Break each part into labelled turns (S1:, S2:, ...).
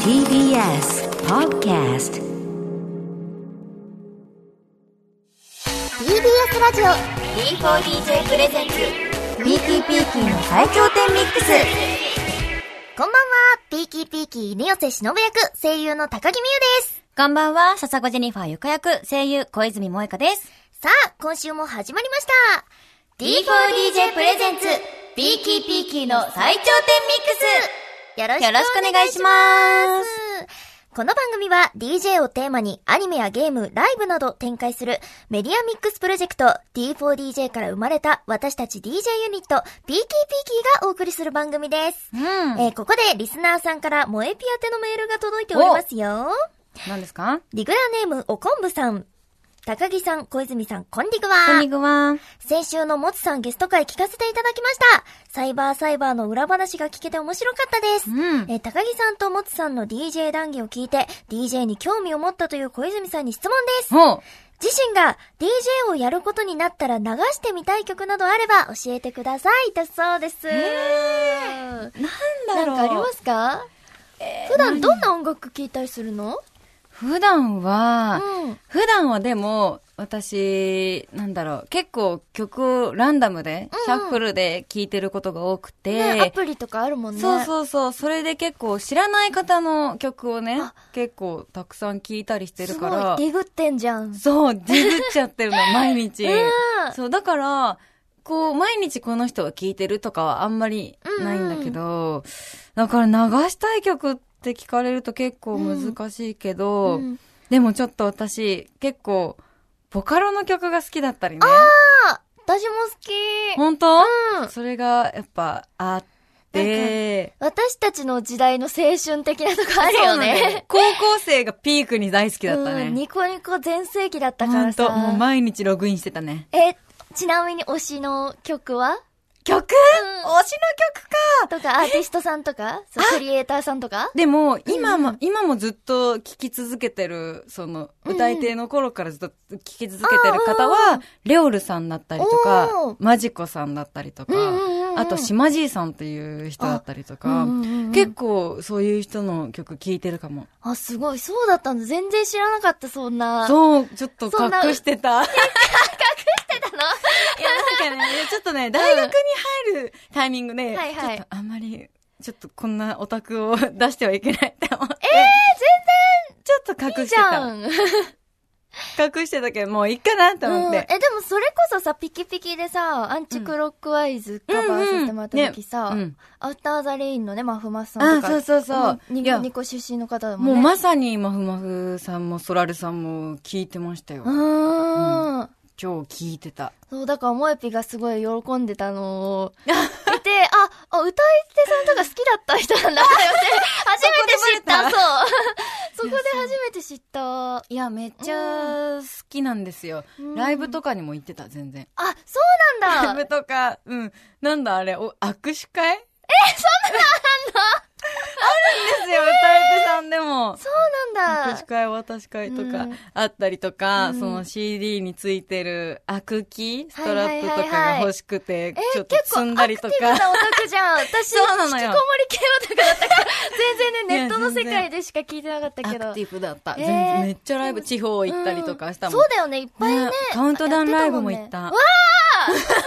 S1: TBS Podcast
S2: TBS ラジオ B4DJ プレゼンツ
S1: PTPT の最頂点ミックス
S2: こんばんはピーキーピーキー犬寄せ忍役声優の高木美優です
S1: こんばんは、笹子ジェニファーゆか役、声優小泉萌香です。
S2: さあ今週も始まりました D4DJ プレゼンツピーキーピーキーの最頂点ミックスよろしく
S1: よろしくお願いします。
S2: この番組は DJ をテーマにアニメやゲーム、ライブなど展開するメディアミックスプロジェクト D4DJ から生まれた私たち DJ ユニット PKPK がお送りする番組です。
S1: うん。
S2: えーここでリスナーさんから萌えピアテのメールが届いておりますよ。
S1: 何ですか
S2: リグラネームおこんぶさん。高木さん、小泉さん、こんにち
S1: こん
S2: は
S1: に。ちは。
S2: 先週のもつさんゲスト会聞かせていただきました。サイバーサイバーの裏話が聞けて面白かったです。
S1: うん。
S2: えー高木さんともつさんの DJ 談義を聞いて、DJ に興味を持ったという小泉さんに質問です。
S1: ほう。
S2: 自身が DJ をやることになったら流してみたい曲などあれば教えてください。だそうです。
S1: な
S2: なん
S1: か
S2: ん
S1: あ
S2: かあ
S1: り
S2: り
S1: ま
S2: ますすか、普段どんな音楽聴いたりするの
S1: 普段は、
S2: うん。
S1: 普段はでも、私、なんだろう、結構曲をランダムで、シ
S2: う
S1: ャ
S2: ん
S1: ッフルで聴いてることが多くて、
S2: ね、アプリとかあるもんね。
S1: そうそうそう、それで結構知らない方の曲をね
S2: あ、
S1: 結構たくさん聴いたりしてる
S2: す
S1: か
S2: ごい
S1: ら、
S2: ディグってんじゃん。
S1: そう、ディズっちゃってるの、毎日。
S2: うん
S1: そう、だから、こう、毎日この人が聴いてるとかはあんまりないんだけど、だから流したい曲って聞かれると結構難しいけど、
S2: うん
S1: でもちょっと私、結構、ボカロの曲が好きだったりね。
S2: あ、私も好き。
S1: 本当、
S2: うん
S1: それがやっぱあって、
S2: 私たちの時代の青春的なとこある
S1: そうな
S2: よ
S1: んだよ
S2: ね。
S1: 高校生がピークに大好きだった
S2: うん
S1: ね。
S2: ニコニコ全盛期だったか
S1: ほ
S2: ら
S1: んと、
S2: さ。
S1: もう毎日ログインしてたね。
S2: え、ちなみに推しの曲は
S1: 曲、推し
S2: うん
S1: の曲か
S2: とか、アーティストさんとか、そうクリエイターさんとか
S1: でも、今も、今もずっと聴き続けてる、その、
S2: うん
S1: 歌い手の頃からずっと聴き続けてる方は、レオルさんだったりと
S2: お
S1: か
S2: ー、
S1: マジコさんだったりとか
S2: うんうんうんう、ん
S1: あと、島じいさんっていう人だったりと
S2: あ
S1: か
S2: うんうんうん、
S1: 結構そういう人の曲聴いてるかも。
S2: あ、すごい。そうだったんだ。全然知らなかった、そんな。 う
S1: そう、ちょっと
S2: そんな
S1: 隠してた。いや、
S2: だな。
S1: なんかね、ちょっとね、大学に入るタイミングで、
S2: はいはい
S1: ちょっとあんまり、ちょっとこんなオタクを出してはいけないって思って。え全然ちょっと
S2: いい
S1: 隠し
S2: じ
S1: てた
S2: ゃ。ん。
S1: 隠してたけど、もういいかなって思
S2: う
S1: っ
S2: んえ、
S1: て。
S2: でもそれこそさ、ピキピキでさ、アンチクロックワイズカバーさせてもらった時さ、
S1: うんうん
S2: アフターザレインのね、マフマスさんとか。
S1: あそうそうそう
S2: ニ
S1: いや
S2: コニコ出身の方だも
S1: も
S2: ん
S1: う
S2: ね。
S1: まさに、まふまふさんも、そらるさんも、聞いてましたよ。
S2: うーん。
S1: 超聞いてた。
S2: そう、だから、萌えぴがすごい喜んでたの を、見て、あ、あ、歌い手さんとか好きだった人な んだって、初めて知った、
S1: そ
S2: そう。 そこで初めて知った。
S1: いや、めっちゃ、好きなんですよ。
S2: うん
S1: ライブとかにも行ってた、全然。
S2: あ、そう
S1: ラ
S2: な
S1: イ
S2: んだ
S1: ブとか、うん。なんだあれ、お、握手会え、そんなのあるんですよ、歌い手さんでも。
S2: そうなん
S1: 握手
S2: だ
S1: 会、渡し会とか
S2: うん
S1: あったりとか、
S2: うん
S1: その CD についてるアクキストラップ
S2: はい
S1: とか
S2: はいはい
S1: が
S2: はい
S1: 欲しくて、ち
S2: え、
S1: ょっと
S2: 結構
S1: 積ん
S2: ア
S1: だ
S2: ク
S1: り
S2: ティ
S1: とか。
S2: ブなオタクじゃん。私、
S1: そうなのよ
S2: 引きこもり系オタクだったから、全然
S1: いや
S2: ね、ネットの世
S1: 全然
S2: 界でしか聞いてなかった
S1: ア
S2: けど。
S1: クティブだった。
S2: えー
S1: 全然めっちゃライブ、地方行ったりとかしたもん。
S2: うんそうだよね、いっぱいね
S1: ね。カウントダウンライブも行った。
S2: や
S1: わ
S2: て
S1: ーすごかっ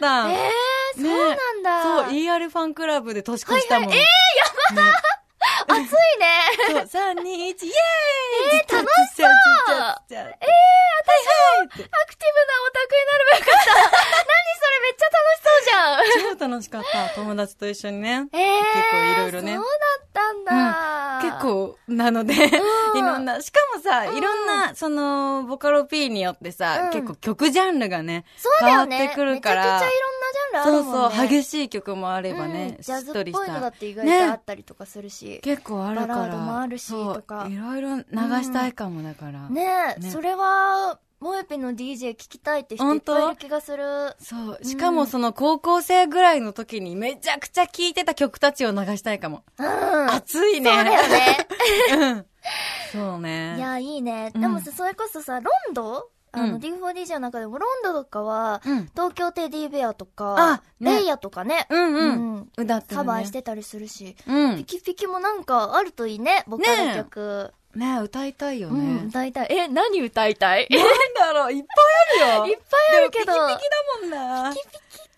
S1: た
S2: たもんね。 えー、そうなんだ。
S1: そう、
S2: いい。
S1: ER ファンクラブで年越したもん。え
S2: 暑いね。
S1: えそう、3、2、1、イエーイえ
S2: 楽
S1: しそうえー、私はい
S2: アクティブなオタクになればよかった。 何それめっちゃ楽しそうじゃん。
S1: 超楽しかった。友達と一緒にね。
S2: えー、
S1: 結構いろいろね
S2: そうだったんだ。
S1: 結。構なので、いろんな、しかもさ、いろんな、その、ボカロ P によってさ、
S2: うん
S1: 結構曲ジャンルがね、
S2: そうだよね。
S1: 変わってくるから
S2: めちゃくちゃいろんなジャンル
S1: そ
S2: ある
S1: う
S2: もんね。
S1: そう、
S2: し
S1: 激しい曲もあればね、
S2: ジ
S1: し
S2: ャ
S1: っ
S2: ズ
S1: と
S2: っ
S1: り
S2: ぽ
S1: し
S2: いのだ
S1: た
S2: っ。て意外とあ
S1: ね
S2: ったりとかするし。
S1: 結構あるから。
S2: バラードもあるし
S1: そう
S2: とか
S1: いろいろ流したいかも、だから。
S2: ねえ、
S1: ね
S2: それは、もえぴの DJ 聞きたいって人いっぱいいる気がする。
S1: そう。しかもその高校生ぐらいの時にめちゃくちゃ聴いてた曲たちを流したいかも。
S2: うん。
S1: 熱いね。
S2: そうだよね。
S1: そうね。
S2: いや、いいね。
S1: うん
S2: でもさ、それこそさ、ロンドあの、
S1: うん
S2: D4DJ の中でも、ロンドとかは、
S1: うん。
S2: 東京テディベアとか
S1: あ、ね
S2: レイヤとかね、
S1: うんうん。
S2: うん
S1: 歌ってるね
S2: カバーし。てたりするし、
S1: うん
S2: ピ。キピキもなんかあるといいね、ボカル曲。
S1: ね歌いたいよ
S2: う
S1: ね。
S2: ん、歌いたい。え、何歌いたいいっ
S1: なんだろう、いっぱいあるよ。
S2: ぱいあるけど、
S1: でもピキピキだもんな。ピキピキか。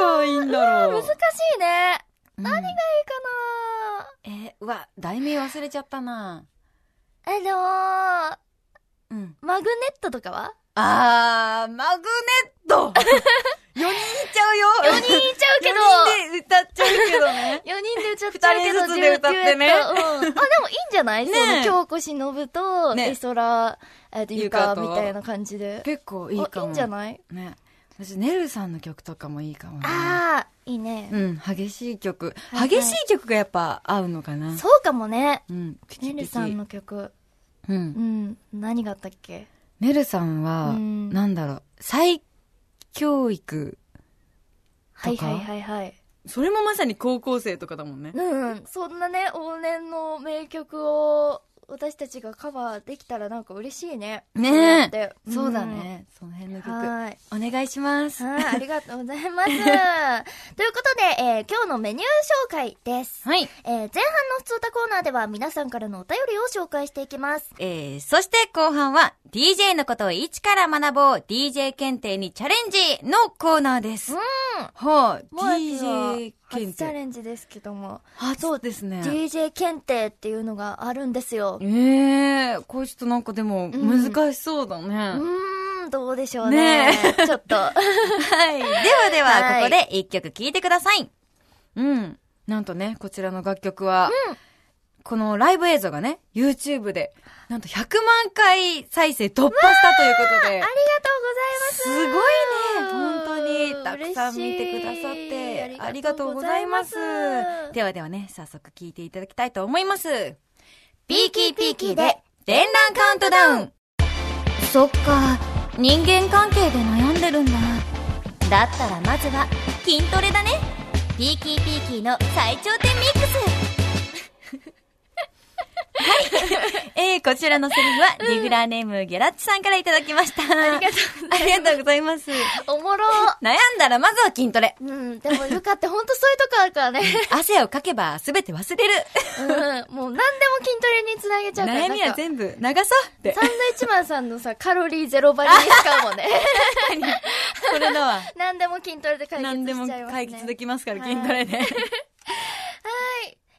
S1: 何がいいんだろう。
S2: 難しいね。
S1: 何が
S2: いいかな
S1: えーうわ、題名忘れちゃったな。
S2: あの
S1: う
S2: ー、
S1: ん。
S2: マグネットとかは
S1: あー、マグネッ ト !4 人いっちゃうよ
S2: ?4 人いちゃうけど、
S1: 4人で歌っちゃうけど ね。
S2: 4人で歌っちゃうけど、
S1: 二人ずつで歌ってね
S2: デュエットうんあ、でもいいんじゃない、
S1: ね
S2: その、京子忍と、
S1: ね
S2: エソラ、えっと、ゆ
S1: ゆ
S2: か
S1: かと
S2: みたいな感じで。
S1: 結構いいか
S2: あ
S1: も。
S2: いいんじゃない
S1: ね。私、ネルさんの曲とかもいいかもね。
S2: あー、いいね
S1: う。ん、激しい曲。
S2: はい
S1: 激しい曲がやっぱ合うのかな。
S2: そうかもね。
S1: うん、ピ
S2: ね
S1: キ
S2: る
S1: ピキ。
S2: さんの曲。
S1: う。
S2: うんん、何があったっけ
S1: ねるさんは、
S2: うん
S1: なんだろう、再教育。
S2: はい
S1: とか
S2: はいはいはい。
S1: それもまさに高校生とかだもんね。
S2: うんうん、そんなね、往年の名曲を、私たちがカバーできたらなんか嬉しいね。
S1: ねえ
S2: そうやって
S1: そうだ。ね。その辺の
S2: うん
S1: 曲。
S2: はい。
S1: お願いします。
S2: はい、ありがとうござ います。ということで、えー今日のメニュー紹介です。
S1: はい。
S2: えー前半の普通歌コーナーでは皆さんからのお便りを紹介していきます。
S1: えー、そして後半は DJ のことを一から学ぼう DJ 検定にチャレンジのコーナーです。うん。はい、DJ 検
S2: 初チャ
S1: 定。
S2: レンジですけども、
S1: あ、そうですね。
S2: DJ 検定っていうのがあるんですよ。
S1: ええー、これちょっとなんかでも
S2: うん
S1: 難しそうだ
S2: う
S1: ね。
S2: ーん、どうでしょうね。
S1: ね
S2: ちょ っと。
S1: はい。ではでは、
S2: はい
S1: ここで一曲聴いてください。うん。なんとね、こちらの楽曲は、このライブ映像がね、YouTube で、なんと100万回再生突破したということで
S2: ありがとうございま。す。
S1: すごいね本当にたくさん見てくださっ
S2: 嬉
S1: て
S2: しい
S1: ありがとうございます
S2: ありがとうございます
S1: ではではね早速聞いていただきたいと思います
S2: ピ
S1: ピ
S2: ー
S1: ーキー
S2: キーピ
S1: ピ
S2: ー
S1: ーキ
S2: キー
S1: ー
S2: で
S1: で電弾カウントダウン
S2: そっか。
S1: 人間関係で悩んでるんだだったらまずは筋トレだねピーキーピーキーの最頂点ミックス はい、えー、こちらのセリフは、ディグラーネームゲラッチさんからいただきましたありがとうありがとうございます
S2: おもろ。
S1: 悩んだらまずは筋トレ。
S2: うん、でもゆかってほんとそういうとこあるからね。
S1: 汗をかけば全て忘れる。
S2: うん、もう何でも筋トレにつなげちゃうから。
S1: 悩みは
S2: なんか
S1: 全部流そうって
S2: サン。ドイッチマンさんのさ、カロリーゼロ倍に使うもんね。
S1: それだわ。
S2: 何でも筋トレで解決
S1: 何で
S2: し
S1: も
S2: ちゃいますね。
S1: 解決できますから、
S2: はい
S1: 筋トレで。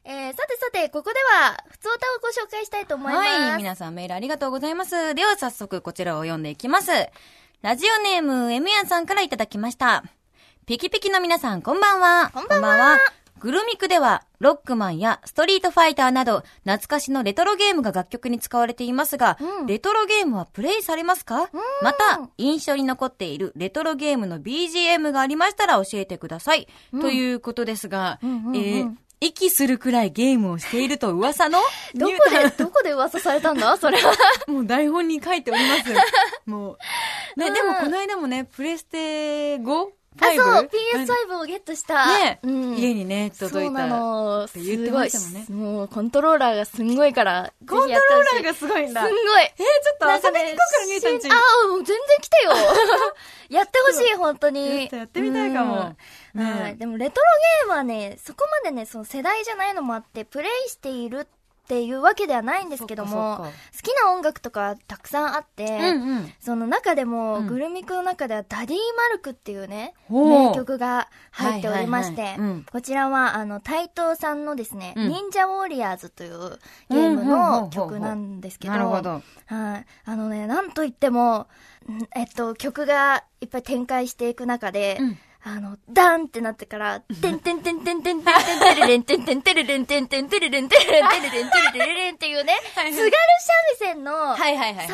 S2: えー、さてさて、ここでは、普通歌をご紹介したいと思います。
S1: はい、皆さんメールありがとうございます。では早速こちらを読んでいきます。ラジオネーム、エムヤンさんからいただきました。ピキピキの皆さん、こんばんは。
S2: こんばんは
S1: グルミクでは、ロックマンやストリートファイターなど、懐かしのレトロゲームが楽曲に使われていますが、
S2: うん
S1: レトロゲームはプレイされますか、また、印象に残っているレトロゲームの BGM がありましたら教えてください。ということですが、
S2: うんうんうん
S1: えー息するくらいゲームをしていると噂の
S2: どこで、どこで噂されたん だそれは。
S1: もう台本に書いております。 もう。ね、
S2: うん
S1: でもこの間もね、プレステ 5?
S2: あ、そう、
S1: 5
S2: PS5 をゲットした。
S1: ね、
S2: うん。
S1: 家にね、届
S2: そう
S1: い
S2: な
S1: た。コン
S2: の。す
S1: て言って
S2: ご
S1: ま
S2: い
S1: したもんね。
S2: もう、コントローラーがすんごいから。
S1: トローラー
S2: が
S1: がすごいんだ。
S2: す
S1: え
S2: ん
S1: ー、
S2: ごい。
S1: ちょっと遊びに行こうから、姉ちゃんち。
S2: ああ、もう全然来 てよ。やってほしい、本当に。
S1: ちょっとやってみたいかも。
S2: うん。
S1: ね
S2: はい。でも、レトロゲームはね、そこまでね、その世代じゃないのもあって、プレイしているっていうわけではないんですけども、
S1: そっ
S2: 好
S1: か
S2: きな音楽とかたくさんあって、
S1: うんうん。
S2: その中でも、
S1: うん
S2: グルミクの中では、ダディ・マルクっていうね、
S1: ほう
S2: 名曲が入っておりまして、
S1: はいはいはいうん
S2: こちらは、あの、タイトーさんのですね、
S1: うん
S2: 忍者ウォリアーズというゲームの曲なんですけど、
S1: なるほど。
S2: はい。あのね、なんといっても、んえっと、曲がいっぱい展開していく中で、
S1: うん
S2: あの、ダンってなってから、てんてんてんてんてんてんてんてれれんてんてんてれれんてんてんてれれんてれれんてれれんてれれんてれれんっていうね、
S1: はいはい
S2: 津軽三味線のサ
S1: はいはいはい。
S2: ンプリ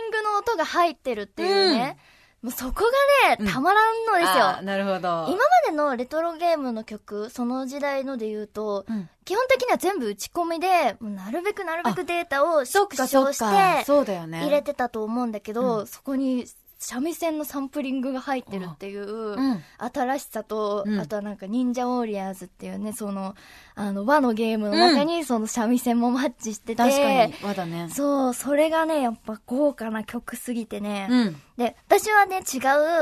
S2: ングの音が入ってるっていうね、もうそこが
S1: う
S2: ね、
S1: ん
S2: たまらんのですよ。
S1: あーなるほど。
S2: 今までのレトロゲームの曲、その時代ので言うと、
S1: うん
S2: 基本的には全部打ち込みで、もうなるべくなるべくデータを
S1: そっ
S2: 縮
S1: かそ
S2: 小
S1: っ
S2: して、
S1: か。そうだよね。
S2: 入れてたと思うんだけど、
S1: う
S2: そこに三味線のサンプリングが入ってるっていう
S1: うん。
S2: 新しさと、
S1: うん
S2: あとはなんか忍者ウォリアーズっていうね、その、あの、和のゲームの中にその三味線もマッチしてて、
S1: 確かに、和だね。
S2: そう、それがね、やっぱ豪華な曲すぎてね、
S1: うん。
S2: で、私はね、違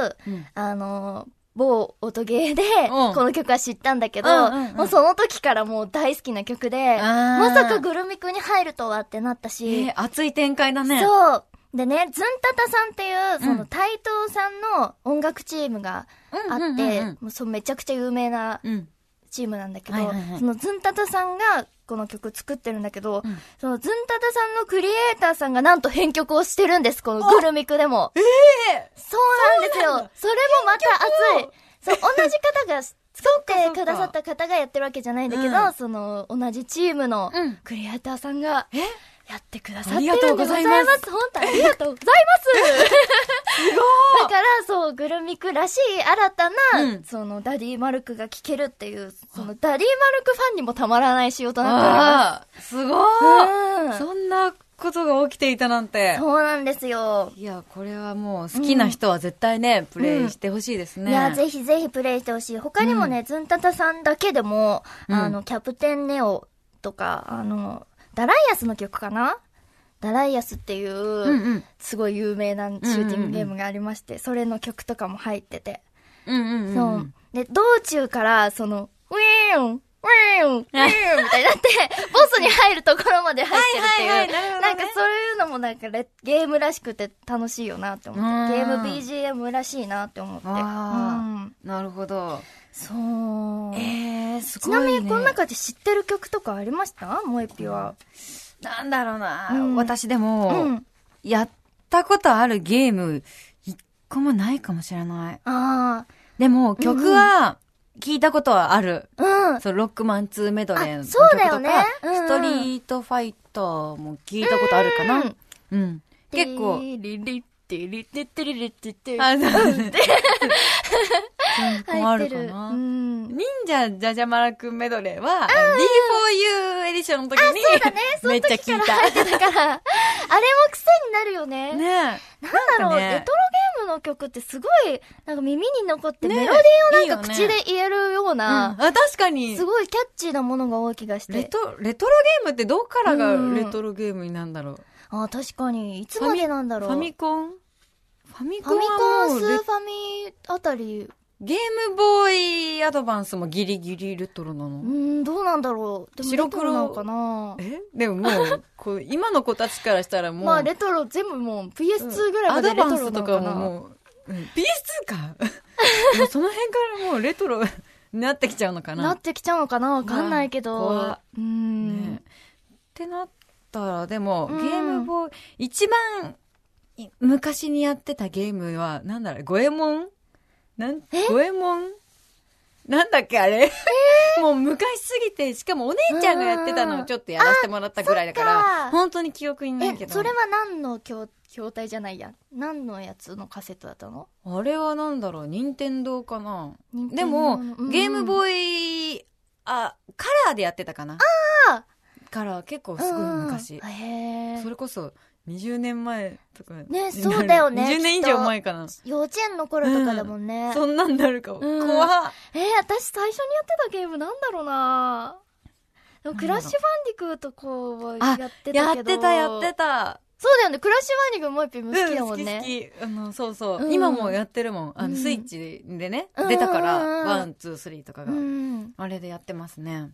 S2: う、
S1: うん
S2: あの、某音ゲーで、
S1: うん
S2: この曲は知ったんだけど、
S1: うんうんうん
S2: もうその時からもう大好きな曲
S1: あ
S2: で、
S1: ー
S2: まさかグルミクに入るとはってなった
S1: え
S2: し、
S1: ー熱い展開だね。う。
S2: そう。でね、ズンタタさんっていう、そ
S1: うん
S2: の、台東さんの音楽チームがあ
S1: う
S2: っ
S1: んうん
S2: て、
S1: うん
S2: もうそうめちゃくちゃ有名な
S1: うん。
S2: チームなんだけど、
S1: はいはいはい
S2: そのズンタタさんがこの曲作ってるんだけど、
S1: うん
S2: そのズンタタさんのクリエイターさんがなんと編曲をしてるんです、このグルミクでも。ええそうなんです
S1: そうなん
S2: よ
S1: だ
S2: それもまた熱いそう、同じ方が作ってくださった方がやってるわけじゃないんだけど、
S1: うん
S2: その、同じチームの
S1: うん
S2: クリエイターさんが、
S1: え
S2: やってくださっ
S1: あ
S2: てるん
S1: り
S2: で
S1: がとう
S2: ご
S1: ご
S2: ざ
S1: ざ
S2: い
S1: い
S2: ま
S1: ます
S2: す。本当ありがとうございます。だから、そう、グルミクらしい新たな、
S1: うん
S2: その、ダディマルクが聴けるっていう、その、ダディマルクファンにもたまらない仕様となっております
S1: あーすご
S2: うん
S1: いそんなことが起きていたなんて。
S2: そうなんですよ。
S1: いや、これはもう好きな人は絶対ね、プレイしてほしいですね。
S2: いや、ぜ
S1: ひ。
S2: ひぜひプレイしてほしい。他にもね、ズンタタさんだけでも、
S1: うん
S2: あの、キャプテンネオとか、あの、ダライアスの曲かなダライアスっていう、
S1: うんうん。
S2: すごい有名なシューティングゲームがありまして、それの曲とかも入ってて。
S1: うんうんうん。
S2: そう。で、道中から、その、ウィーンウィーンウィーンみたいになって、ボスに入るところまで入ってるっていう。
S1: はいはいはいなるほどね
S2: んかそういうのもなんかレゲームらしくて楽しいよなって思って。ゲ
S1: う
S2: ー
S1: ん
S2: ム BGM らしいなって思って。
S1: あ
S2: うん
S1: ーなるほど。
S2: そう。
S1: えー、す
S2: ち
S1: ごい、
S2: な
S1: ね。
S2: みにこの中で知ってる曲とかありましたもえぴは。
S1: なんだろうな、
S2: うん
S1: 私で
S2: う
S1: も、
S2: ん。
S1: やったことあるゲーム、一個もないかもしれない。
S2: あ
S1: でも、曲は、聞いたことはある。
S2: あ。う ん。
S1: そう、ロックマン2メドレーの
S2: あ
S1: 曲
S2: そ
S1: とか、
S2: うだよねうんう
S1: ス
S2: ん
S1: トリートファイターも聞いたことあるかな。
S2: うん
S1: うん。結構、
S2: リリリッテリテテリリテテ。
S1: あ、そうね。
S2: 入
S1: もあ
S2: って
S1: るか
S2: る。
S1: な。
S2: うん。
S1: 忍者じゃじゃマラくんメドレーは、D4U エディションの時に、
S2: そうだ ね。そ
S1: め
S2: の
S1: っちゃ
S2: 時
S1: 聞
S2: か
S1: いた
S2: ら入っ。てたから。あれも癖になるよ
S1: ね
S2: ね。
S1: え。
S2: なんだろう、
S1: なんかね
S2: レトロゲームの曲ってすごい、なんか耳に残って、
S1: ねえ
S2: メロディーをなんか
S1: いい
S2: 口
S1: よ
S2: で
S1: ね
S2: 言えるよう
S1: あ
S2: な、
S1: あ確かに
S2: す。ごいキャッチーなものが多い気がし
S1: レ
S2: て。
S1: ト、レトロゲームってどっからがレトロゲームになんだろう。
S2: あー、確かに。いつまでなんだろう。
S1: ファミコンファミ
S2: フ
S1: コ
S2: ァ
S1: ン
S2: ミ
S1: は
S2: コ
S1: も
S2: ン、
S1: う
S2: ス
S1: レ
S2: ーファミあたり、
S1: ゲームボーイアドバンスもギリギリレトロな
S2: う
S1: の。
S2: ーん、どうなんだろう。でもレ
S1: 白
S2: ト
S1: 黒
S2: ロなのかな
S1: えでもも う、こう、今の子たちからしたらもう、
S2: まあ、レトロ全部もう PS2 ぐらい
S1: ア
S2: まで
S1: ド
S2: レト
S1: バ
S2: ロ
S1: ン
S2: な
S1: スと
S2: の
S1: か
S2: か
S1: も
S2: な。
S1: もう、うん PS2 か もうその辺からもうレトロになってきちゃうのかな。
S2: なってきちゃうのかなわかんないけ
S1: ま
S2: ど
S1: あ。
S2: うー
S1: ね
S2: ん。
S1: ってなったら、でも、
S2: うん
S1: ゲームボーイ、一番い昔にやってたゲームは、なんだろう、五右衛門なん、五右衛門なんだっけあれ、 もう昔すぎて、しかもお姉ちゃんがやってたのをちょっとやらせてもらったぐらいだか
S2: あ
S1: ら、
S2: そっか
S1: 本当に記憶にないけ
S2: え、
S1: ど。
S2: それは何の筐筐体じゃないや。何のやつのカセットだったの
S1: あれはなんだろう、任天堂かな
S2: 任天
S1: で
S2: 堂
S1: も、
S2: うん
S1: ゲームボーイ、あ、カラーでやってたかな
S2: あ
S1: カラー結構すごい昔
S2: うん。へえ
S1: それこそ20年前とかになる。
S2: ねそうだよね
S1: 20年以上前かな。
S2: 幼稚園の頃とかだもんね。
S1: そんなんなるかも。
S2: うん
S1: 怖っ
S2: えー、私最初にやってたゲームなんだろうなで
S1: な
S2: も
S1: ん
S2: ク
S1: だろう
S2: ラッシュバンディクーとこは
S1: あ
S2: やってたけど。
S1: やってた、やってた。
S2: そうだよね、クラッシュバンディクーもう一品も好きだも
S1: う
S2: んね。
S1: 好き好き。あの、そうそう。
S2: うん
S1: 今もやってるもん。あ
S2: うん
S1: の、スイッチでね、
S2: うん
S1: 出たか
S2: うんうんう
S1: ら、
S2: ん
S1: ワン、ツー、スリーとかが。
S2: うん。
S1: あれでやってますね。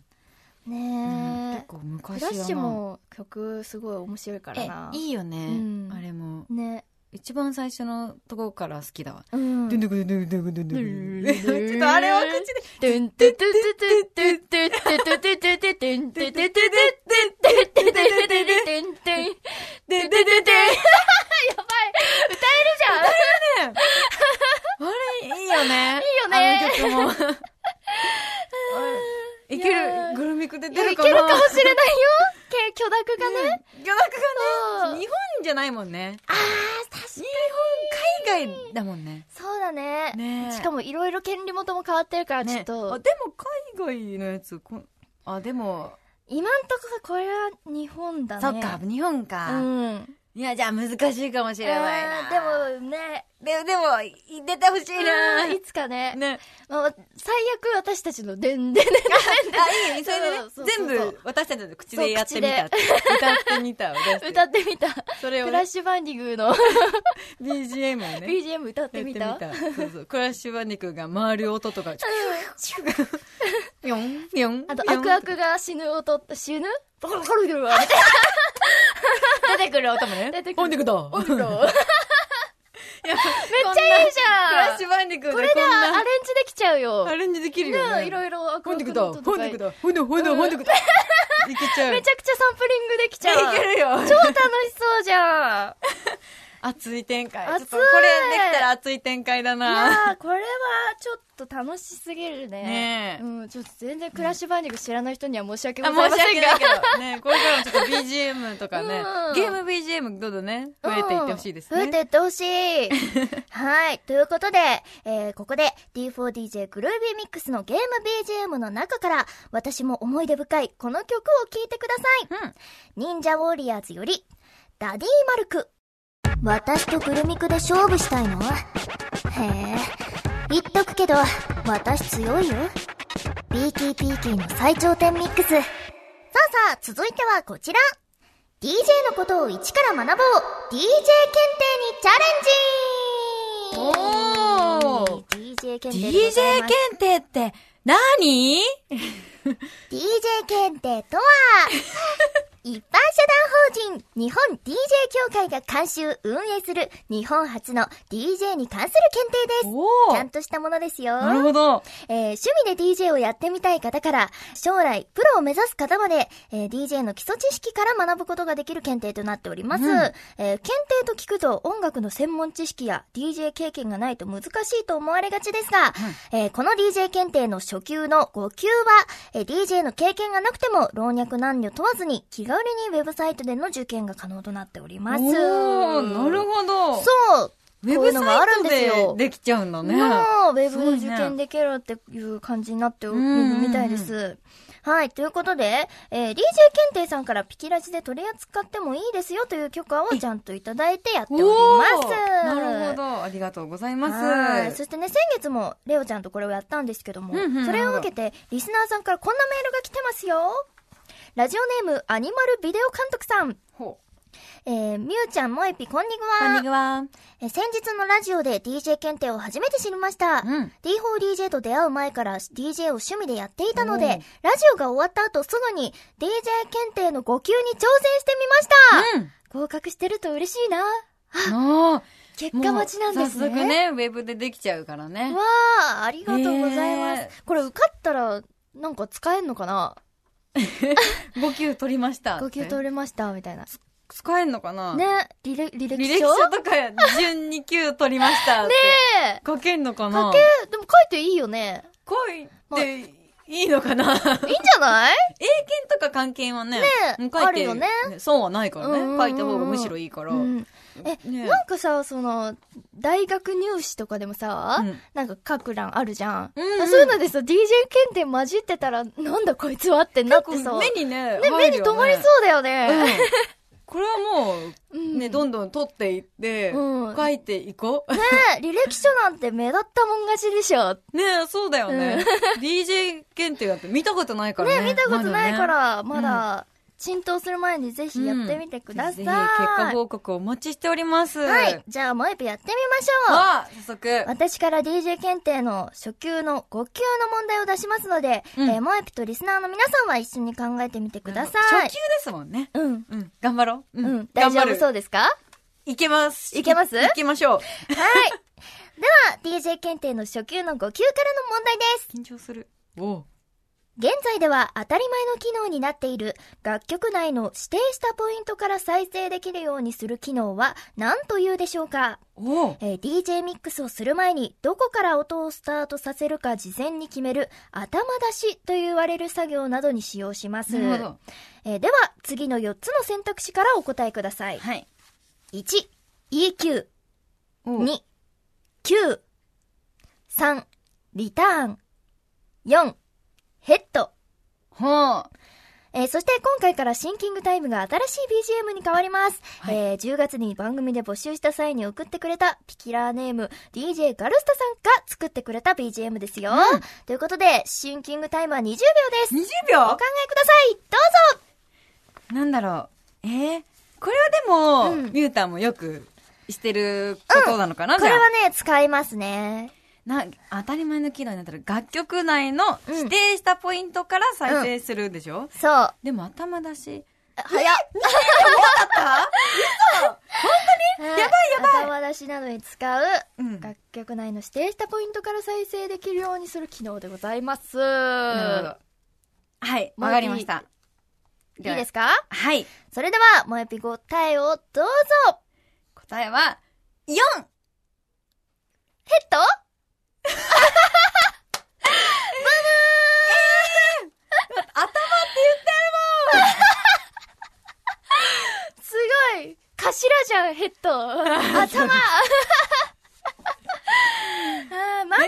S1: うん
S2: ね
S1: 結構昔
S2: え。ク
S1: だ
S2: ラ
S1: な。
S2: ッシュも曲すごい面白いからな。
S1: えいいよね、
S2: うん
S1: あれも
S2: ね。
S1: 一番最初のとこから好きだわ、
S2: うん。
S1: ドゥンドゥクドゥンドゥクドゥンドゥクドゥンドゥク
S2: うん
S1: ちょっとあれを口でででででであれいいよね
S2: い
S1: いよねあの曲もあれいけ
S2: いやー
S1: るグルミクで
S2: い
S1: 出
S2: や
S1: る
S2: い
S1: か
S2: け
S1: な
S2: るかもしれないよけ許諾がね。
S1: うん魚拓が
S2: そう
S1: ね日本じゃないもんね
S2: あー、確かに。
S1: 海外だもんね
S2: そうだね。
S1: ね
S2: しかもいろいろ権利元も変わってるから、ちょ
S1: ねあ
S2: っ
S1: でも
S2: と、
S1: 海外のやつこんあでも
S2: 今んとここれは日本だね。
S1: そっか。日本か
S2: うん。
S1: いや、じゃあ難しいかもしれないな。
S3: あーでもね、
S1: でも、でも、い出てほしいな。
S3: いつかね、
S1: ね。
S3: まあ最悪私たちの伝伝でね。
S1: あ、いいよそれでね
S3: そうそうそ
S1: 全
S3: う
S1: 部、私たちの口でやってみ
S3: そ
S1: た
S3: う
S1: って。歌ってみたを出して。
S3: 歌ってみた。
S1: それを
S3: ク
S1: ね
S3: ラッシュバンディングの
S1: BGM をね。
S3: BGM 歌っ
S1: やっ
S3: て
S1: て
S3: み
S1: み
S3: た
S1: た。そうそう。クラッシュバンディクが回る音 とか、チュッチュッヨン、ヨン。
S3: あと、
S1: ヨ
S3: ア
S1: ン
S3: クアクが死ぬ音って、死ぬバカバカバカバカ
S1: 出てくる音もね。
S3: 出てくる
S1: オンディクだ。
S3: バカ
S1: い
S3: バカ
S1: や
S3: めっちゃいいじ
S1: クラ
S3: ゃ
S1: ッ
S3: ん
S1: シュバンディク
S3: こ
S1: こ
S3: れでアレンジできちゃうよ。
S1: アレンジできるよ
S3: ね
S1: ね。
S3: いろいろアク
S1: ほ
S3: ア
S1: んで
S3: ク
S1: く
S3: の
S1: だ、
S3: 音と
S1: ほん
S3: か。
S1: で
S3: め
S1: く
S3: ちゃ
S1: だ、ほんでほんでほんで くだ。いけちゃう。
S3: くちゃサンプリングできちゃう。
S1: いけるよ。
S3: 超楽しそうじゃん。
S1: 熱い展開。
S3: 熱い
S1: ちょっとこれできたら熱い展開だ
S3: い
S1: な。
S3: やー、これはちょっと楽しすぎるね
S1: ね。え
S3: うん、ちょっと全然クラッシュバンディング知らない人には申し訳ご
S1: あ
S3: ざい
S1: 申
S3: ません
S1: し
S3: が。
S1: 訳ないけど、ね、これからもちょっと BGM とかね
S3: うん、
S1: ゲーム BGM どんどんね、増えていってほしいです
S3: うん増えて
S1: ね。
S3: いってほし い。はい。ということで、えーここで D4DJ グルービーミックスのゲーム BGM の中から、私も思い出深いこの曲を聴いてください。忍者ウォリアーズより、ダディマルク。私とグルミクで勝負したいのへえ。言っとくけど、私強いよ。ビーキーピーキーの最頂点ミックス。さあさあ、続いてはこちら。DJ のことを一から学ぼう DJ 検定にチャレンジ
S1: おー
S3: DJ 検定
S1: DJ
S3: でございます
S1: 検定って何、
S3: DJ 検定とは、一般社団法人日本 DJ 協会が監修運営する日本初の DJ に関する検定です。
S1: お
S3: ちゃん
S1: ー
S3: としたものですよ。
S1: なるほど。
S3: えー趣味で DJ をやってみたい方から、将来プロを目指す方まで、えー DJ の基礎知識から学ぶことができる検定となっております。
S1: うん
S3: えー検定と聞くと音楽の専門知識や DJ 経験がないと難しいと思われがちですが、えーこの DJ 検定の初級の5級は、えー DJ の経験がなくても老若男女問わずに気軽にウェブサイトでの受験が可能となっており
S1: お
S3: ま
S1: ー
S3: す。
S1: なるほど。
S3: そう
S1: ウェ
S3: こうい
S1: ブ
S3: うのがあ
S1: サイ
S3: るん
S1: ト
S3: ですよ
S1: でできちゃうんだね。
S3: のウェブ
S1: そ
S3: を
S1: う
S3: 受
S1: ね
S3: 験できるっていう感じになっておる
S1: うんうんうん
S3: みたいです。はい。ということで、えー DJ 検定さんからピキラジで取り扱ってもいいですよという許可をちゃんといただいてやっております。
S1: ーなるほど。ありがとうござい
S3: は
S1: ま
S3: い
S1: す
S3: そ。してね、先月もレオちゃんとこれをやったんですけども、
S1: うんうん
S3: それを受けて、リスナーさんからこんなメールが来てますよ。ラジオネーム、アニマルビデオ監督さん。
S1: ほう。
S3: えー、みゆちゃん、もえぴ、こんにち
S1: こん
S3: は
S1: に。ちは。
S3: えー先日のラジオで DJ 検定を初めて知りました。
S1: うん
S3: D4DJ と出会う前から DJ を趣味でやっていたので、
S1: お
S3: ラ
S1: ー
S3: ジオが終わった後すぐに DJ 検定の5級に挑戦してみました、
S1: うん。
S3: 合格してると嬉しいな。
S1: ああ。
S3: 結果待ちなんですね。
S1: もう早速ね、ウェブでできちゃうからね
S3: わ。あ、ありがとうございます。
S1: ねえ
S3: これ受かったら、なんか使えんのかな
S1: 5級取りましたって。
S3: ?5 級取れました、みたいな。
S1: 使えんのかな
S3: ね、履歴履歴
S1: 履
S3: 書
S1: 歴書とか順2級取りましたって。
S3: ねえ
S1: 書けんのか
S3: 書
S1: な
S3: け、でも書いていいよね。
S1: 書いていいのかな英検
S3: いいんじ ゃない
S1: とか関係はね、
S3: え
S1: うん書いて
S3: あるよね
S1: 損はないからね。
S3: うんうんうん
S1: 書いた方がむしろいいから。
S3: うん、え、
S1: ね
S3: なんかさその大学入試とかでもさ、
S1: うん
S3: なんか書く欄あるじゃん、
S1: うんうん
S3: そういうのでさ DJ 検定混じってたらなんだこいつはってなっ
S1: 結
S3: て
S1: 構
S3: さ
S1: 目にね、
S3: ね目に留まりそうだよ
S1: う
S3: ね、
S1: ん。これはも
S3: う
S1: う、
S3: ん
S1: ね、どんどん取っていって、
S3: うん
S1: 書いていこ
S3: ねえ履歴書なんて目立ったもん勝ちでしょ
S1: う。 ねそうだよね。DJ 検定だって見たことないから
S3: ね
S1: ね。
S3: 見たことないか
S1: まだね
S3: らまだ,、浸透する前にぜひやってみてください、
S1: ぜひぜひ結果報告お待ちしております。
S3: はい。じゃあもう一遍やってみましょう
S1: あ、早速。
S3: 私から DJ 検定の初級の5級の問題を出しますので、
S1: うん
S3: えーモエピとリスナーの皆さんは一緒に考えてみてください。
S1: 初級ですもんね。
S3: うん。
S1: うん、頑張ろう。
S3: う。
S1: うん。
S3: 大丈夫そううですかはい
S1: けます。
S3: いけます
S1: いけましょう。
S3: い。では、DJ 検定の初級の5級からの問題です。
S1: 緊張する。お
S3: 現在では当たり前の機能になっている楽曲内の指定したポイントから再生できるようにする機能は何というでしょうか
S1: おお
S3: えー DJ ミックスをする前にどこから音をスタートさせるか事前に決める頭出しと言われる作業などに使用します、
S1: なるほど。
S3: えーでは次の4つの選択肢からお答えください
S1: はい。
S3: 1EQ2
S1: おう
S3: 9 3リターン4ヘッド
S1: ほう。
S3: え
S2: えーそして今回からシンキングタイムが新しい BGM に変わります。
S1: はい
S2: えー10月に番組で募集した際に送ってくれたピキラーネーム DJ ガルスタさんが作ってくれた BGM ですよ。ということで、シンキングタイムは20秒です。
S1: 20
S2: お
S1: 秒
S2: 考えくださいどうぞ
S1: なんだろう。えー、これはでも、
S2: うん
S1: ミュータンもよくしてることなのかな、
S2: こ
S1: じゃ
S2: れ
S1: あ
S2: はね、使いますね。
S1: な当たり前の機能になったら楽曲内の
S2: うん
S1: 指定したポイントから再生するでしょ、
S2: そう。あ
S1: でも頭出し
S2: 早っ。やばいやばい頭出しなどに使う
S1: うん
S2: 楽曲内の指定したポイントから再生できるようにする機能でございます。
S1: なるほどはい
S2: もう
S1: わ
S2: いい
S1: かりました
S2: いいです
S1: か
S2: か
S1: はい
S2: それでは、もえぴ答えをどうぞ
S1: 答えは4
S2: ヘッドすごい頭じゃん、ヘッ ド頭あーまんまと騙されま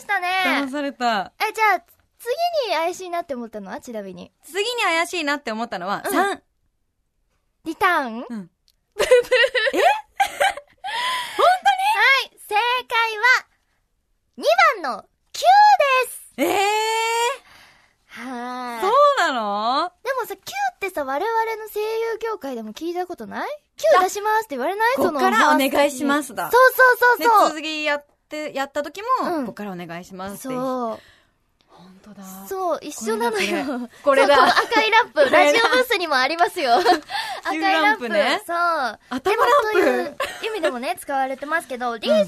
S2: した
S1: 騙
S2: ね。
S1: された
S2: え、じゃあ、次に怪しいなって思ったのはちなみに。
S1: 次に怪しいなって思ったのは
S2: うん
S1: 3
S2: リターンブー ブー。え
S1: うん
S2: 本当にはい、正解は、2番の Q です
S1: ええ
S2: は
S1: ー
S2: い。
S1: そうなの
S2: でもさ、Q ってさ、我々の声優業界でも聞いたことない ?Q 出しますって言われない
S1: こ
S2: そ
S1: こ
S2: の。
S1: からお願いします
S2: そ
S1: だ
S2: うそう
S1: で
S2: そうそう。
S1: 次やってやった時も、
S2: うん
S1: ここからお願いしますって
S2: そう。
S1: 本当だ
S2: そう、一緒なのよ。
S1: これだ
S2: そうこの赤いランプ、
S1: これだ
S2: ラジオブースにもありま すよ。赤いラン
S1: ランプ
S2: プ。
S1: ね
S2: そう。
S1: 頭ランプ
S2: でもという意味でもね、使われてますけど、DJ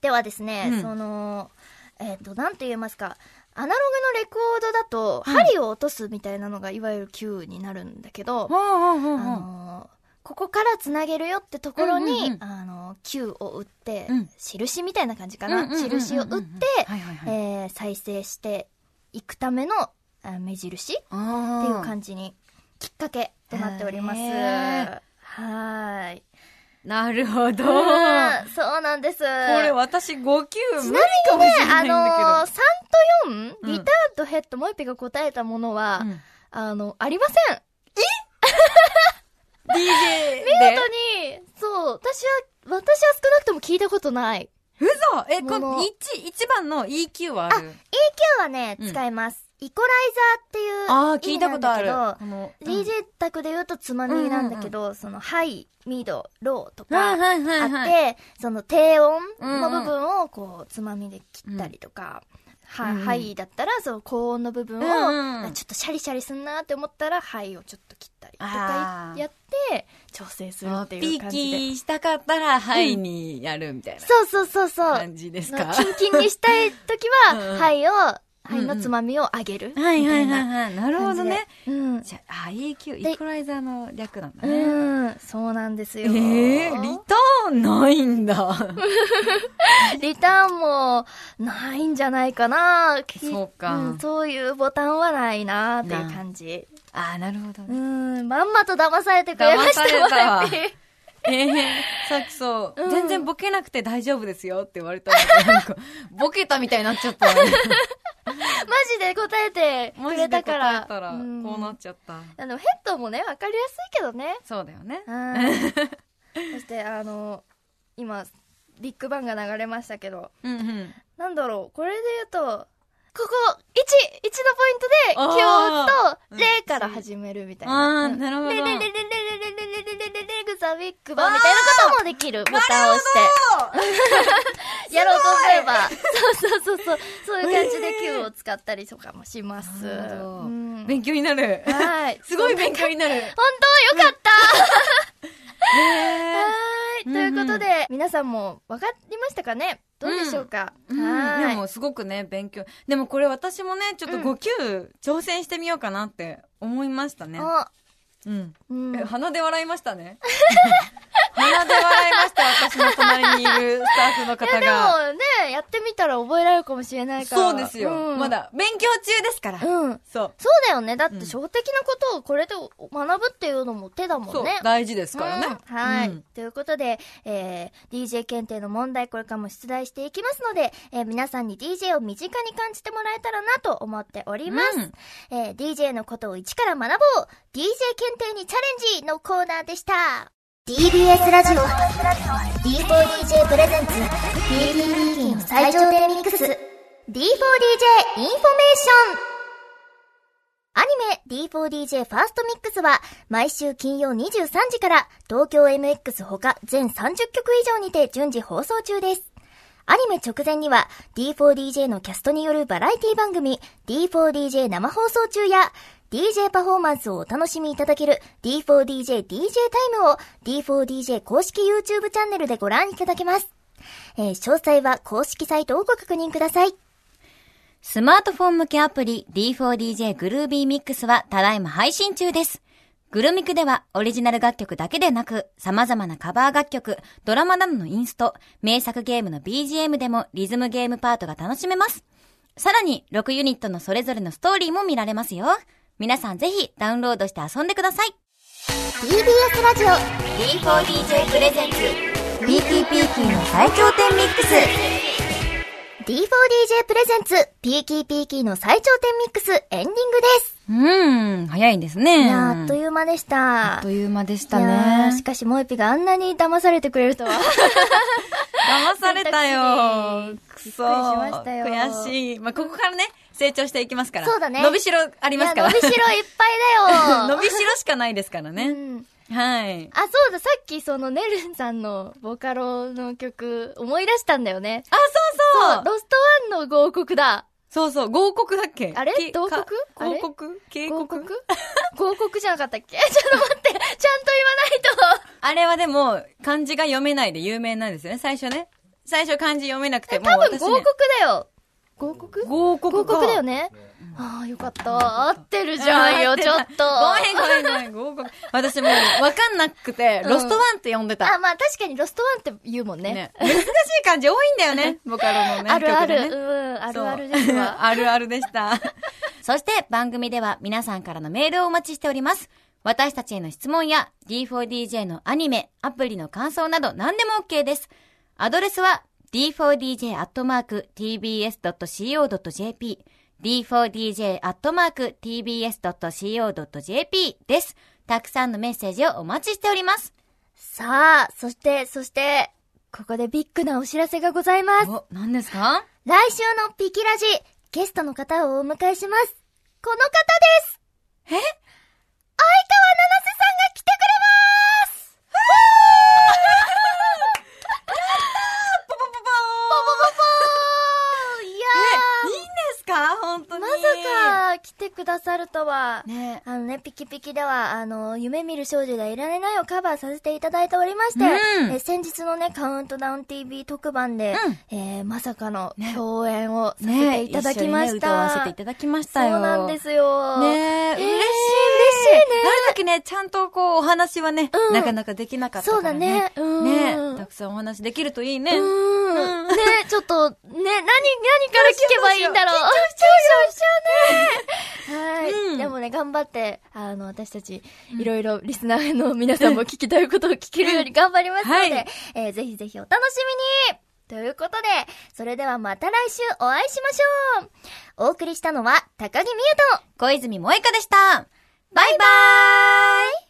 S2: ではですね、
S1: うん
S2: その、えっ、と、なんて言いますか、アナログのレコードだと、針を落とすみたいなのが、いわゆる Q になるんだけど、
S1: ほうほうほう
S2: あ
S1: ほう
S2: のーここからつなげるよってところに、
S1: うんうんうん
S2: あのー Q を打って、
S1: うん
S2: 印みたいな感じか
S1: うん
S2: な、
S1: うんうんうんうん
S2: 印を打って、
S1: はいはいはい
S2: えー再生していくためのあ目印って
S1: っ
S2: いう感じに、きっかけとなっております。
S1: へ
S2: は
S1: ー
S2: ー い。
S1: なるほど。こ
S2: うんそうなんです。こ
S1: れ私5級
S2: ち
S1: 無
S2: な
S1: 理かもしれな
S2: あ
S1: いんだ
S2: のー、
S1: け
S2: 3と4、
S1: うん
S2: リターンとヘッド、もう一匹が答えたものは、
S1: ど。うん
S2: あの、ありません。
S1: DJ
S2: 本
S1: で
S2: 当。に、そう、私は、私は少なくとも聞いたことない。
S1: 嘘え、こ
S2: も
S1: の
S2: の
S1: 1、一番の EQ はある
S2: EQ はね、
S1: うん
S2: 使えます。イコライザ
S1: あ
S2: ー
S1: あ
S2: っ、ていう
S1: 聞
S2: 意
S1: いたこ
S2: 味な
S1: と
S2: んだ
S1: あ
S2: け
S1: る
S2: ど、。
S1: この
S2: DJ 宅で言うとつまみなんだけど、その、ハイ、ミド、ローと
S1: うんは
S2: か、
S1: いはいはい
S2: あっ
S1: はい。
S2: て、その低音の部分をこう、つまみで切ったりとか、は、
S1: うんうん
S2: ハイだったら、その高音の部分を、
S1: うんうん
S2: ちょっとシャリシャリすんなって思ったら、ハイをちょっと切ったりとか
S1: あー
S2: やって、調整する
S1: あ
S2: っ
S1: ー
S2: て
S1: ピ
S2: いう
S1: ー
S2: 感
S1: キ
S2: じで。
S1: ーしたかったら、ハイにやるみたいな
S2: そうそうそうそう。
S1: 感じですか。
S2: キンキンにしたいとき
S1: うんう
S2: は、
S1: ん
S2: 肺を、
S1: うん
S2: 肺
S1: うん
S2: のつまみを上げる。
S1: はいはいはい
S2: い。
S1: はい。なるほどね。。
S2: うん。
S1: じゃあ、あ EQ、
S2: で
S1: イコライザーの略なんだね。
S2: うん、そうなんです
S1: え
S2: よ。
S1: ー、リターンないんだ。
S2: リターンもないんじゃないかな。き
S1: そうか
S2: んそういうボタンはないなっていう感じ。
S1: あー、なるほどね
S2: う。ん、まんまと騙されてくれました
S1: 騙されたわ
S2: もえ
S1: ええさっきそう、
S2: うん
S1: 全然ボケなくて大丈夫ですよって言われたんだけど、なんか、ボケたみたいになっちゃった。
S2: マジで答えてく
S1: マ
S2: れ
S1: ジで
S2: たか
S1: 答
S2: ら。
S1: えたら、こ
S2: ん
S1: うなっちゃった。
S2: あのヘッドもね、わかりやすいけどね。
S1: そうだよね。
S2: うん。そして、あの、今、ビッグバンが流れましたけど、
S1: うんうん。
S2: なんだろう、これで言うと、ここ、1、1のポイントで、気を打
S1: あー
S2: つと、0から始めるみたいな。
S1: あ
S2: う
S1: ー、
S2: ん
S1: なるほど。
S2: レレレレレレレレレレレグザウィッグバンみたいなこともできる。ボタンを押して。やろうと思えば。そうそうそうそう。そういう感じで Q を使ったりとかもします。
S1: なるほど
S2: うん
S1: 勉強になる。
S2: はい。
S1: すごい
S2: そんな
S1: 勉強になる。
S2: 本当よかった
S1: えー
S2: はーい。ということで、皆さんも分かりましたかねどうでしょうか
S1: うん、で
S2: はーい。
S1: もすごくね勉強でもこれ私もねちょっと5級挑戦してみようかなって思いましたね、
S2: あ
S1: うん
S2: うん
S1: え鼻で笑いましたね 鼻で笑いました、私の隣にいるスタッフの
S2: いや
S1: 方
S2: で
S1: が。
S2: もね、やってみたら覚えられるかもしれないから。
S1: そうですよ、
S2: うん
S1: ま。だ、勉強中ですから。
S2: うん。
S1: そう。
S2: そうだよね。だって、小的なことをこれで学ぶっていうのも手だも
S1: そ
S2: ん
S1: う
S2: ね。
S1: 大事ですからね。
S2: うんはい、
S1: うん
S2: ということで、えー、DJ 検定の問題これからも出題していきますので、えー皆さんに DJ を身近に感じてもらえたらなと思っております、
S1: うん
S2: えー DJ のことを一から学ぼう DJ 検定にチャレンジのコーナーでした
S3: TBS ラジオ D4DJ プレゼンツ DD ミーティング最上デミックス
S2: D4DJ インフォメーションアニメ D4DJ ファーストミックスは毎週金曜23時から東京 MX ほか全30曲以上にて順次放送中です。アニメ直前には D4DJ のキャストによるバラエティ番組 D4DJ 生放送中や DJ パフォーマンスをお楽しみいただける D4DJ DJ タイムを D4DJ 公式 YouTube チャンネルでご覧いただけます。えー詳細は公式サイトをご確認ください。
S1: スマートフォン向けアプリ D4DJ グルービーミックスはただいま配信中です。グルミクではオリジナル楽曲だけでなく様々なカバー楽曲、ドラマなどのインスト、名作ゲームの BGM でもリズムゲームパートが楽しめます。さらに6ユニットのそれぞれのストーリーも見られますよ。皆さんぜひダウンロードして遊んでください。
S3: TBS ラジオ
S1: D4DJ プレゼンツ PTPT の最強点ミックス
S2: D4DJ プレゼンツ、ピーキーピーキーの最頂点ミックスエンディングです。
S1: うーん、早いんですね。
S2: いやー、あっと
S1: う
S2: いう間でした。
S1: あっという間でし
S2: い
S1: た
S2: やー
S1: ね。
S2: しかし、もえぴがあんなに騙されてくれるとは。
S1: 騙されたよ
S2: びっ。く
S1: く
S2: りし
S1: そ
S2: ましたよ
S1: 悔しい。まあ、ここからね、成長していきますから。
S2: そうだね
S1: 伸びしろありますから。
S2: いや伸びしろいっぱいだよ。
S1: 伸びしろしかないですから
S2: う
S1: ね。
S2: ん
S1: はい。
S2: あ、そうだ、さっきそのねるんさんのボカロの曲思い出したんだよね。
S1: あ、そう
S2: そ、
S1: そうう
S2: ロストワンの合国だ。
S1: そうそう、合国だっけ
S2: あれ
S1: け
S2: 同国
S1: か
S2: あれ
S1: 合国警
S2: 合国
S1: 告
S2: 合国じゃなかったっけ ちょっと待って、ちゃんと言わないと。
S1: あれはでも、漢字が読めないで有名なんですよね、最初ね。最初漢字読めなく て、もう
S2: 多分
S1: 私、
S2: 合
S1: ね。
S2: 国だよ。合国
S1: 合国
S2: 合
S1: か
S2: 国だよね。ああ、よかった。合ってるじゃん
S1: あ
S2: よ、
S1: ー
S2: ちょっと。
S1: ごめんごめんごめん、合国。私もう、わかんなくて、
S2: うん
S1: ロストワンって呼んでた。
S2: あ、まあ確かにロストワンって言うもんね。
S1: ね、難しい感じ多いんだよ ね、ボカロのね。
S2: あるある、
S1: 曲
S2: う
S1: でね
S2: ん、あ
S1: そう
S2: るあるですわ。
S1: あるあるでした。 そして番組では皆さんからのメールをお待ちしております。私たちへの質問や D4DJ のアニメ、アプリの感想など何でも OK です。アドレスは d4dj.tbs.co.jp d4dj.tbs.co.jp です。たくさんのメッセージをお待ちしております。
S2: さあ、そして、そして、ここでビッグなお知らせがございます。
S1: お、何ですか
S2: 来週のピキラジ、ゲストの方をお迎えします。この方です
S1: え
S2: 相川七瀬さんが来てくれます
S1: ポポポポ
S2: おーいや
S1: いいんですか本当に。ま
S2: ーまさか来てくださるとは。
S1: ね。
S2: あのね、ピキピキでは、あの、夢見る少女ではいられないをカバーさせていただいておりまして、
S1: うん
S2: え先日のね、カウントダウン TV 特番で、えーまさかの
S1: ね
S2: 共演をさせ
S1: ね
S2: ていただきま
S1: 一緒にね
S2: し
S1: 歌わせ
S2: た。
S1: ていただきました
S2: そう
S1: よ。
S2: なんですよ。
S1: ねえ、嬉しい。嬉しいね。なるだけね、ちゃんとこう、お話はね、
S2: うん
S1: なかなかできなかった
S2: そう
S1: か
S2: だ
S1: らね。
S2: ね。うん。
S1: ねたくさんお話できるといいね。
S2: うん。
S1: うん
S2: ねちょっと、ね、何、何から聞けばいいんだろう。緊張しちゃうね。は
S1: う
S2: い。
S1: ん
S2: でもね、頑張って、あの、私たち、いろいろリスナーの皆さんも聞きたいことを聞けるように頑張りますの
S1: は
S2: で
S1: い、
S2: えーぜひぜひお楽しみにということで、それではまた来週お会いしましょうお送りしたのは、高木美優と
S1: 小泉萌香でした。バイバーイ